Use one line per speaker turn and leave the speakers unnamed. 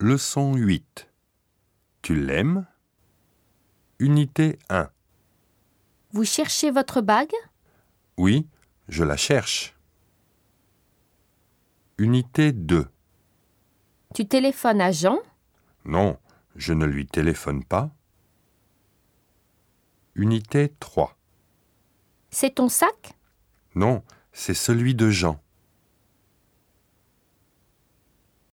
Leçon 8. Tu l'aimes Unité 1.
Vous cherchez votre bague
Oui, je la cherche. Unité 2.
Tu téléphones à Jean
Non, je ne lui téléphone pas. Unité 3.
C'est ton sac
Non, c'est celui de Jean.